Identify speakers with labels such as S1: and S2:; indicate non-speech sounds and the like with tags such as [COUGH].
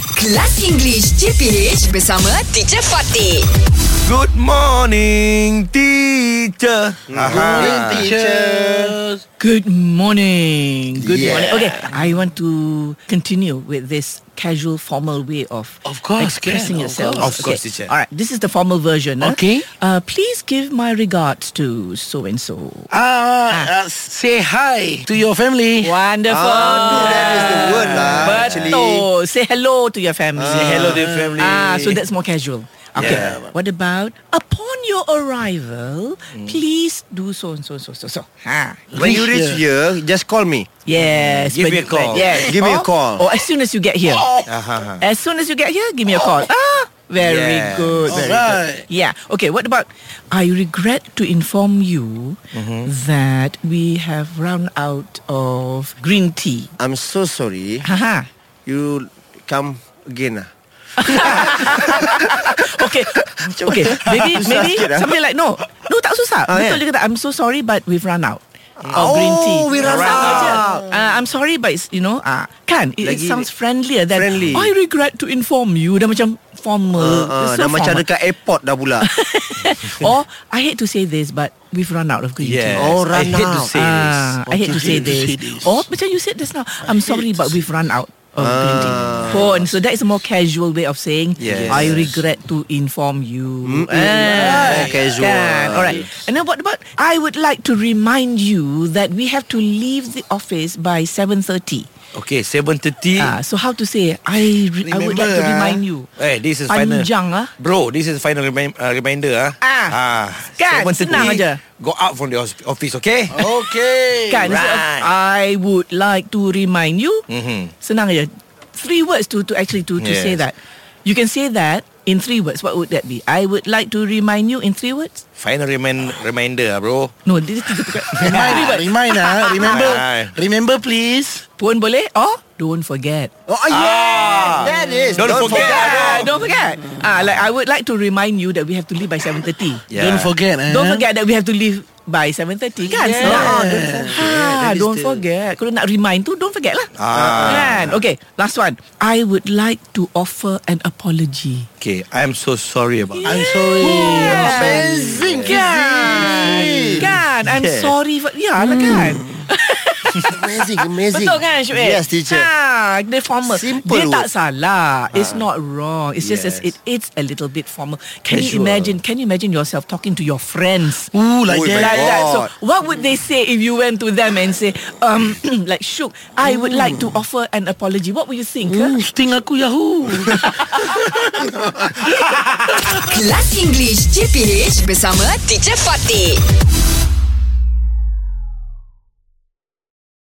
S1: Kelas English CPH bersama Teacher Fatih.
S2: Good morning, teacher.
S3: Morning, teachers.
S4: Good morning. Good
S2: Yeah.
S4: morning. Okay, I want to continue with this casual, formal way of,
S3: Of course,
S4: expressing
S3: can, of
S4: yourself.
S3: course.
S2: Of course, teacher.
S4: All right, this is the formal version. huh?
S3: Okay.
S4: Uh, please give my regards to so and so.
S3: Ah, uh, say hi to your family.
S4: Eh, Wonderful.
S2: ah, no, that is the word lah, actually.
S4: Betul. Say hello to your family.
S2: Say hello to your family.
S4: Ah, so that's more casual. Okay.
S2: Yeah. Mm.
S4: What about upon your arrival, please do so and so so so so. Ha.
S2: When you reach here, just call me.
S4: Yes.
S2: Give me a
S4: when-
S2: call.
S4: Yes.
S2: Give me a
S4: Or-
S2: call.
S4: Or as soon as you get here.
S2: Uh-huh.
S4: As soon as you get here, give me a call. Ah, very
S2: Oh. Yes.
S4: good. Very
S3: Alright.
S4: good. Yeah. Okay. What about? I regret to inform you
S2: Mm-hmm.
S4: that we have run out of green tea.
S2: I'm so sorry.
S4: Haha.
S2: You come again. ah.
S4: Okay. okay. Maybe
S2: Susah
S4: maybe
S2: sikit, ah.
S4: something like no. No tak susah.
S2: Ah,
S4: Betul
S2: kan?
S4: dia kata I'm so sorry but we've run out. Of
S2: Oh,
S4: green tea.
S2: we run out.
S4: je. Uh, I'm sorry but it's, you know, uh, kan it, it
S2: Lagi-
S4: sounds friendlier than
S2: Friendly.
S4: I regret to inform you dah macam formal.
S2: Uh, uh,
S4: It's
S2: dah
S4: so
S2: macam
S4: formal.
S2: dekat airport dah
S5: [LAUGHS]
S2: pula.
S4: Or I hate to say this but we've run out of green tea.
S2: Yes. Oh,
S3: I
S2: run
S3: hate to
S2: out.
S3: say this.
S4: Ah, I hate to say this. Or macam you said just now, I'm sorry but we've run out of green tea. Oh, and so that is a more casual way of saying
S2: Yes.
S4: I regret to inform you. Ah,
S2: More casual.
S4: Kan? All right. And then what about I would like to remind you that we have to leave the office by 7:30.
S3: Ah.
S5: Okay, 7.30.
S4: Ah, so how to say I re- I would like to
S2: Remember, ah.
S4: remind you.
S5: Eh, this is final.
S4: Panjang ah.
S5: Bro, this is final remind, uh, reminder ah.
S4: Ah, kan, senang aja.
S5: Go out from the hosp- office, okay?
S3: Okay.
S4: Kan Instead of,
S5: Right.
S4: I would like to remind you
S5: Mhm.
S4: Senang je Three words to to actually to to say
S5: Yes.
S4: that You can say that in three words What would that be? I would like to remind you in three words
S5: Final remind, reminder ah, bro.
S4: No, this is tiga
S5: [LAUGHS]
S4: perkara
S3: Remind,
S4: Three words
S3: remind ah. Remember,
S5: Aye.
S3: remember please.
S4: Pun boleh or Don't forget
S2: Oh, ah, yeah. That is.
S5: Don't forget.
S4: Ah,
S5: Yeah,
S4: Don't forget Ah, like I would like to remind you That we have to leave by 7.30
S5: Yeah.
S3: Don't forget. Eh?
S4: Don't forget that we have to leave by 7.30 kan?
S3: Yeah.
S4: Senang.
S3: Ah,
S4: don't forget. Ha, don't forget. Kalau nak remind tu, don't forget lah.
S5: Ah.
S4: Kan? Okay, last one. I would like to offer an apology.
S5: Okay, I'm so sorry about
S3: I'm sorry.
S2: Amazing.
S4: Kan? Kan? I'm
S2: Yeah.
S4: sorry. For, ya lah kan?
S2: Amazing, amazing.
S4: [LAUGHS] Betul kan Syuib?
S2: Yes, teacher.
S4: Ha, dia formal.
S2: Simple
S4: dia tak
S2: words.
S4: salah. It's not wrong. It's just as
S5: Yes.
S4: it it's a little bit formal. Can you
S5: Casual.
S4: imagine? Can you imagine yourself talking to your friends?
S3: Ooh, like
S2: Oh,
S3: that.
S2: my
S4: like that. So
S2: God.
S4: what would they say if you went to them and say, um, [CLEARS THROAT] like Shuk, I would like to offer an apology. What would you think? huh?
S3: Hmm, sting aku Yahoo.
S1: Kelas English CPH bersama Teacher Fatih.